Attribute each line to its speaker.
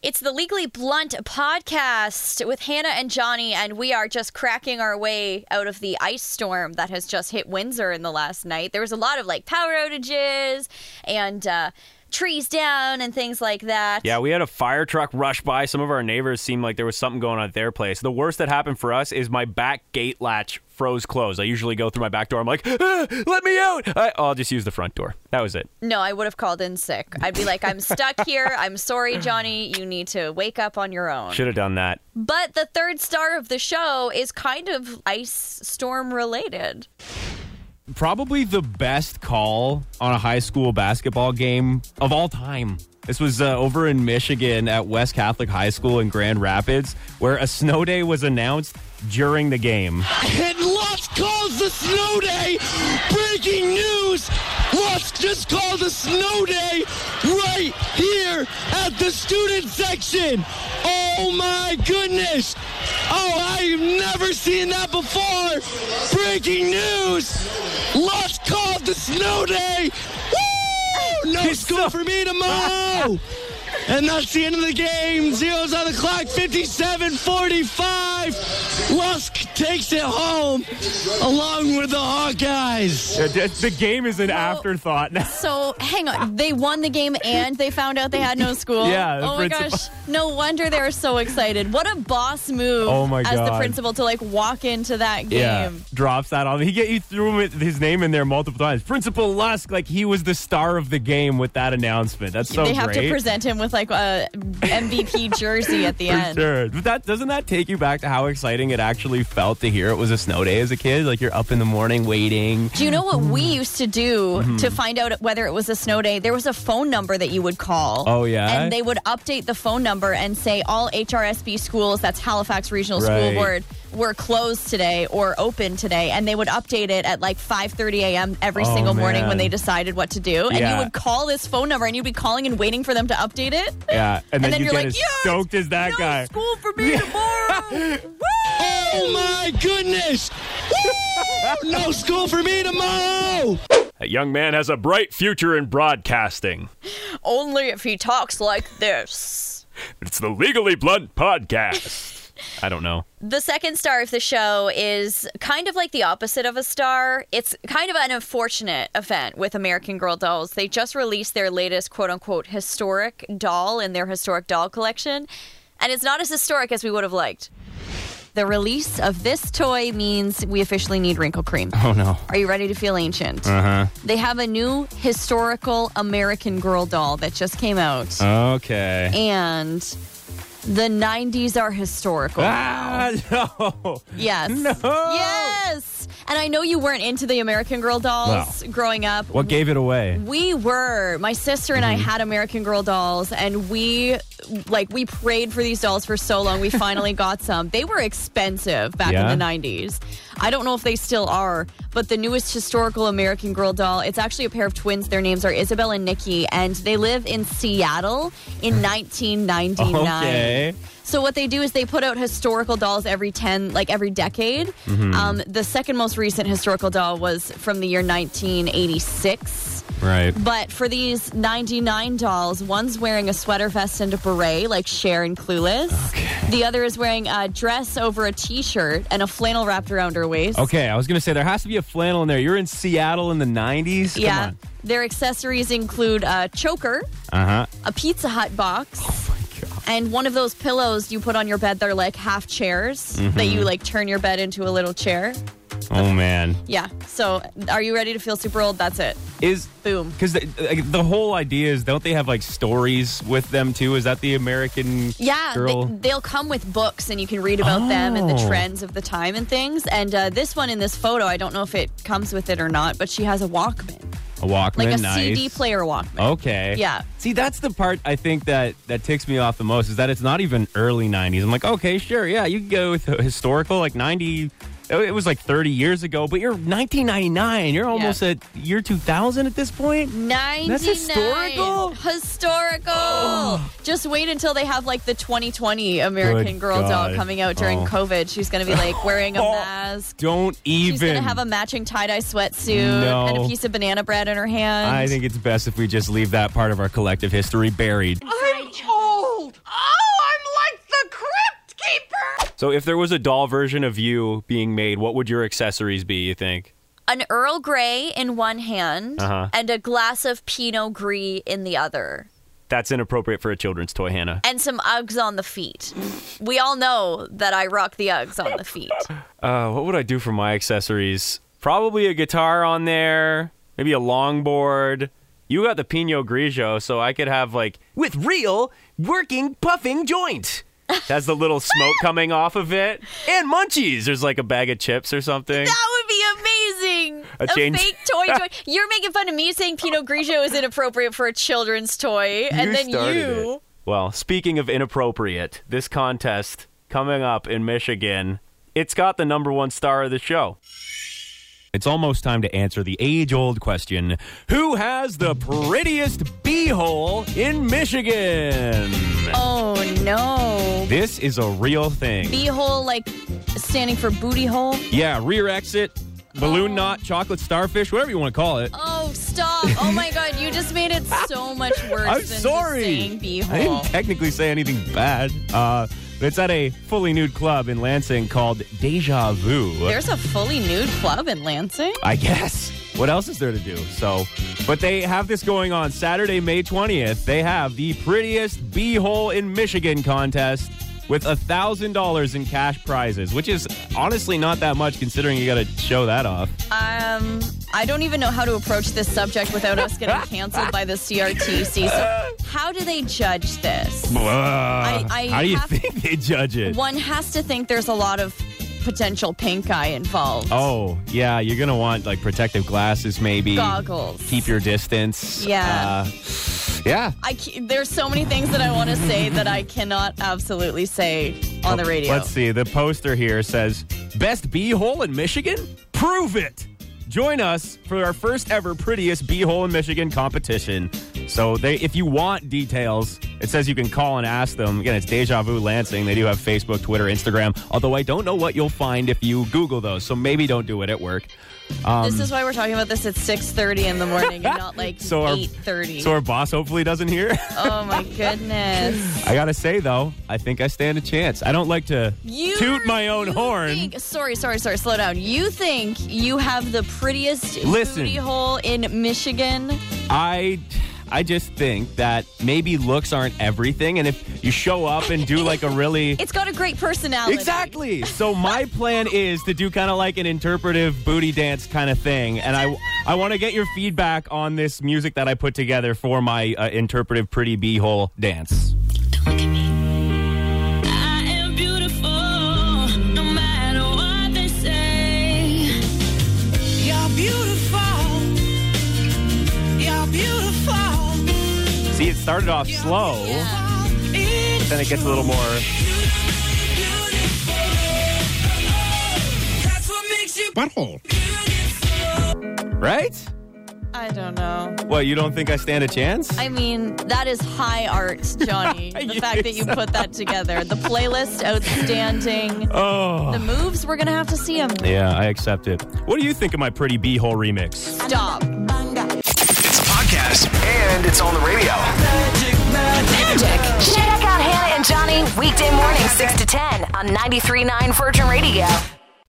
Speaker 1: It's the Legally Blunt podcast with Hannah and Johnny, and we are just cracking our way out of the ice storm that has just hit Windsor in the last night. There was a lot of like power outages and uh, trees down and things like that.
Speaker 2: Yeah, we had a fire truck rush by. Some of our neighbors seemed like there was something going on at their place. The worst that happened for us is my back gate latch froze closed. I usually go through my back door. I'm like, "Ah, let me out. I, oh, I'll just use the front door. That was it.
Speaker 1: No, I would have called in sick. I'd be like, I'm stuck here. I'm sorry, Johnny. You need to wake up on your own.
Speaker 2: Should have done that.
Speaker 1: But the third star of the show is kind of ice storm related.
Speaker 3: probably the best call on a high school basketball game of all time. This was uh, over in Michigan at West Catholic High School in Grand Rapids, where a snow day was announced during the game. Uh,
Speaker 4: And Lost calls the snow day. Breaking news. Lost just called a snow day right here at the student section. Oh my goodness. Oh, I've never seen that before. Breaking news. Lost called the snow day. Woo! No
Speaker 2: He's so-
Speaker 4: school for me tomorrow. And that's the end of the game. Zero's on the clock, 57 45. Lusk takes it home along with the Hawkeyes.
Speaker 3: The game is an afterthought now.
Speaker 5: So hang on, they won the game and they found out they had no school.
Speaker 3: Yeah, the
Speaker 5: Oh my
Speaker 3: principal-
Speaker 5: gosh, no wonder they were so excited. What a boss move!
Speaker 3: Oh my
Speaker 5: as the
Speaker 3: God.
Speaker 5: principal to like walk into that game.
Speaker 3: Yeah, drops that on. He get he threw him, his name in there multiple times. Principal Lusk, like he was the star of the game with that announcement. That's so
Speaker 5: they have
Speaker 3: great.
Speaker 5: to present him with like a MVP jersey at the
Speaker 3: For
Speaker 5: end.
Speaker 3: sure. But that doesn't that take you back to how exciting it actually felt to hear it was a snow day as a kid? Like you're up in the morning waiting.
Speaker 5: Do you know what
Speaker 3: Mm-hmm.
Speaker 5: we used to do to find out whether it was a snow day? There was a phone number that you would call.
Speaker 3: Oh, yeah?
Speaker 5: And they would update the phone number and say all HRSB schools, that's Halifax Regional School
Speaker 3: Right.
Speaker 5: Board, were closed today or open today. And they would update it at like 5.30 a.m. every
Speaker 3: Oh,
Speaker 5: single morning
Speaker 3: man.
Speaker 5: when they decided what to do. And you
Speaker 3: Yeah.
Speaker 5: would call this phone number and you'd be calling and waiting for them to update it.
Speaker 3: Yeah. And then,
Speaker 5: then
Speaker 3: you
Speaker 5: you're
Speaker 3: get
Speaker 5: like,
Speaker 3: as
Speaker 5: "Yes!
Speaker 3: stoked as that
Speaker 5: no
Speaker 3: guy.
Speaker 5: school for me tomorrow. Woo!
Speaker 4: Oh my goodness! Woo! No school for me tomorrow!
Speaker 2: That young man has a bright future in broadcasting.
Speaker 1: Only if he talks like this.
Speaker 2: It's the Legally Blunt podcast. I don't know.
Speaker 1: The second star of the show is kind of like the opposite of a star. It's kind of an unfortunate event with American Girl dolls. They just released their latest quote unquote historic doll in their historic doll collection, and it's not as historic as we would have liked. The release of this toy means we officially need wrinkle cream.
Speaker 3: Oh no.
Speaker 1: Are you ready to feel ancient?
Speaker 3: Uh-huh.
Speaker 1: They have a new historical American Girl doll that just came out,
Speaker 3: Okay.
Speaker 1: and the 90s are historical.
Speaker 3: Ah no.
Speaker 1: Yes.
Speaker 3: No.
Speaker 1: Yes. And I know you weren't into the American Girl dolls growing up.
Speaker 3: What Mm-hmm. gave it away?
Speaker 1: We were. My sister and I had American Girl dolls and we like we prayed for these dolls for so long. We finally got some. They were expensive back
Speaker 3: Yeah?
Speaker 1: in the 90s. I don't know if they still are, but the newest historical American Girl doll, it's actually a pair of twins. Their names are Isabel and Nikki and they live in Seattle in 1999.
Speaker 3: Okay.
Speaker 1: So what they do is they put out historical dolls every ten, like every decade. Um, the second most recent historical doll was from the year 1986.
Speaker 3: Right.
Speaker 1: But for these 99 dolls, one's wearing a sweater vest and a beret, like Cher and Clueless. The other is wearing a dress over a t-shirt and a flannel wrapped around her waist.
Speaker 3: Okay, I was gonna say there has to be a flannel in there. You're in Seattle in the nineties.
Speaker 1: Yeah. Their accessories include a choker,
Speaker 3: Uh huh.
Speaker 1: a Pizza Hut box.
Speaker 3: Oh
Speaker 1: And one of those pillows you put on your bed, they're like half chairs that you like turn your bed into a little chair.
Speaker 3: Oh man.
Speaker 1: Yeah. So are you ready to feel super old? That's it.
Speaker 3: Is
Speaker 1: Boom.
Speaker 3: because the, like, the whole idea is don't they have like stories with them too? Is that the American
Speaker 1: Yeah,
Speaker 3: girl?
Speaker 1: They, will come with books, and you can read about them and the
Speaker 3: Oh.
Speaker 1: trends of the time and things. And uh, this one in this photo, I don't know if it comes with it or not, but she has a Walkman,
Speaker 3: a Walkman,
Speaker 1: like a
Speaker 3: nice. Oh.
Speaker 1: CD player Walkman.
Speaker 3: Okay.
Speaker 1: Yeah.
Speaker 3: See, that's the part I think that that ticks me off the most is that it's not even early '90s. I'm like, okay, sure, yeah, you can go with a historical, like '90. It was like 30 years ago, but you're 1999. You're almost at year 2000 at this point.
Speaker 1: 99.
Speaker 3: historical? Oh.
Speaker 1: Historical. Just wait until they have like the 2020 American
Speaker 3: Good
Speaker 1: Girl doll
Speaker 3: God.
Speaker 1: coming out during
Speaker 3: Oh.
Speaker 1: COVID. She's going to be like wearing a
Speaker 3: Oh.
Speaker 1: mask.
Speaker 3: Don't even.
Speaker 1: She's going to have a matching tie dye sweatsuit
Speaker 3: No.
Speaker 1: and a piece of banana bread in her hand.
Speaker 3: I think it's best if we just leave that part of our collective history buried.
Speaker 4: I'm old!
Speaker 6: So if there was a doll version of you being made, what would your accessories be? You think?
Speaker 7: An Earl Grey in one hand
Speaker 6: Uh-huh.
Speaker 7: and a glass of Pinot Gris in the other.
Speaker 6: That's inappropriate for a children's toy, Hannah.
Speaker 7: And some Uggs on the feet. We all know that I rock the Uggs on the feet.
Speaker 6: Uh, what would I do for my accessories? Probably a guitar on there, maybe a longboard. You got the Pinot Grigio, so I could have like with real working puffing joint. Has the little smoke coming off of it, and munchies. There's like a bag of chips or something.
Speaker 7: That would be amazing.
Speaker 6: A change-
Speaker 7: fake toy toy. You're making fun of me saying Pinot Grigio is inappropriate for a children's toy, and then you.
Speaker 6: it. Well, speaking of inappropriate, this contest coming up in Michigan, it's got the number one star of the show.
Speaker 3: It's almost time to answer the age old question Who has the prettiest beehole in Michigan?
Speaker 1: Oh no.
Speaker 3: This is a real thing.
Speaker 1: B hole like standing for booty hole.
Speaker 3: yeah, rear exit, balloon knot, chocolate starfish, whatever you want to call it.
Speaker 1: Oh stop! Oh my god, you just made it so much worse.
Speaker 3: I'm
Speaker 1: than
Speaker 3: sorry.
Speaker 1: Just saying B
Speaker 3: I
Speaker 1: hole.
Speaker 3: didn't technically say anything bad. Uh, but it's at a fully nude club in Lansing called Deja Vu.
Speaker 1: There's a fully nude club in Lansing.
Speaker 3: I guess. What else is there to do? So, but they have this going on Saturday, May 20th. They have the prettiest beehole in Michigan contest with a $1,000 in cash prizes, which is honestly not that much considering you got to show that off.
Speaker 1: Um, I don't even know how to approach this subject without us getting canceled by the CRTC. So, how do they judge this? I
Speaker 3: How do you
Speaker 1: have-
Speaker 3: think they judge it?
Speaker 1: One has to think there's a lot of potential pink eye involved.
Speaker 3: Oh, yeah, you're going to want like protective glasses, maybe.
Speaker 1: goggles.
Speaker 3: Keep your distance.
Speaker 1: Yeah.
Speaker 3: Uh, yeah.
Speaker 1: I ca- there's so many things that I want to say that I cannot absolutely say on the radio.
Speaker 3: Oh, Let's see. The poster here says, "Best bee hole in Michigan? Prove it!" Join us for our first ever prettiest bee hole in Michigan competition. So, they, if you want details, it says you can call and ask them. Again, it's Deja Vu Lansing. They do have Facebook, Twitter, Instagram. Although I don't know what you'll find if you Google those, so maybe don't do it at work.
Speaker 1: this is why we're talking about this at 6:30 in the morning and not like
Speaker 3: So our-
Speaker 1: 8:30.
Speaker 3: So our boss hopefully doesn't hear.
Speaker 1: oh my goodness.
Speaker 3: I gotta say though, I think I stand a chance. I don't like to
Speaker 1: You
Speaker 3: toot my own
Speaker 1: you
Speaker 3: horn.
Speaker 1: think- sorry, sorry, sorry. Slow down. You think you have the prettiest
Speaker 3: Listen.
Speaker 1: booty hole in Michigan?
Speaker 3: I I just think that maybe looks aren't everything, and if you show up and do like a really
Speaker 1: It's got a great personality.
Speaker 3: exactly. So my plan is to do kind of like an interpretive booty dance kind of thing, and I I want to get your feedback on this music that I put together for my uh, interpretive pretty beehole dance.
Speaker 8: I am beautiful, no matter what they say. You're beautiful. You're beautiful.
Speaker 3: See, it started off slow, then it gets a little more.
Speaker 9: Butthole.
Speaker 3: Right?
Speaker 1: I don't know.
Speaker 3: What? You don't think I stand a chance?
Speaker 1: I mean, that is high art, Johnny. the fact that you put that together. The playlist outstanding.
Speaker 3: oh.
Speaker 1: The moves, we're going to have to see them.
Speaker 3: Yeah, I accept it. What do you think of my pretty beehole remix?
Speaker 1: Stop.
Speaker 10: It's a podcast and it's on the radio.
Speaker 11: Check out Hannah and Johnny weekday morning 6 to 10 on 93.9 Virgin Radio.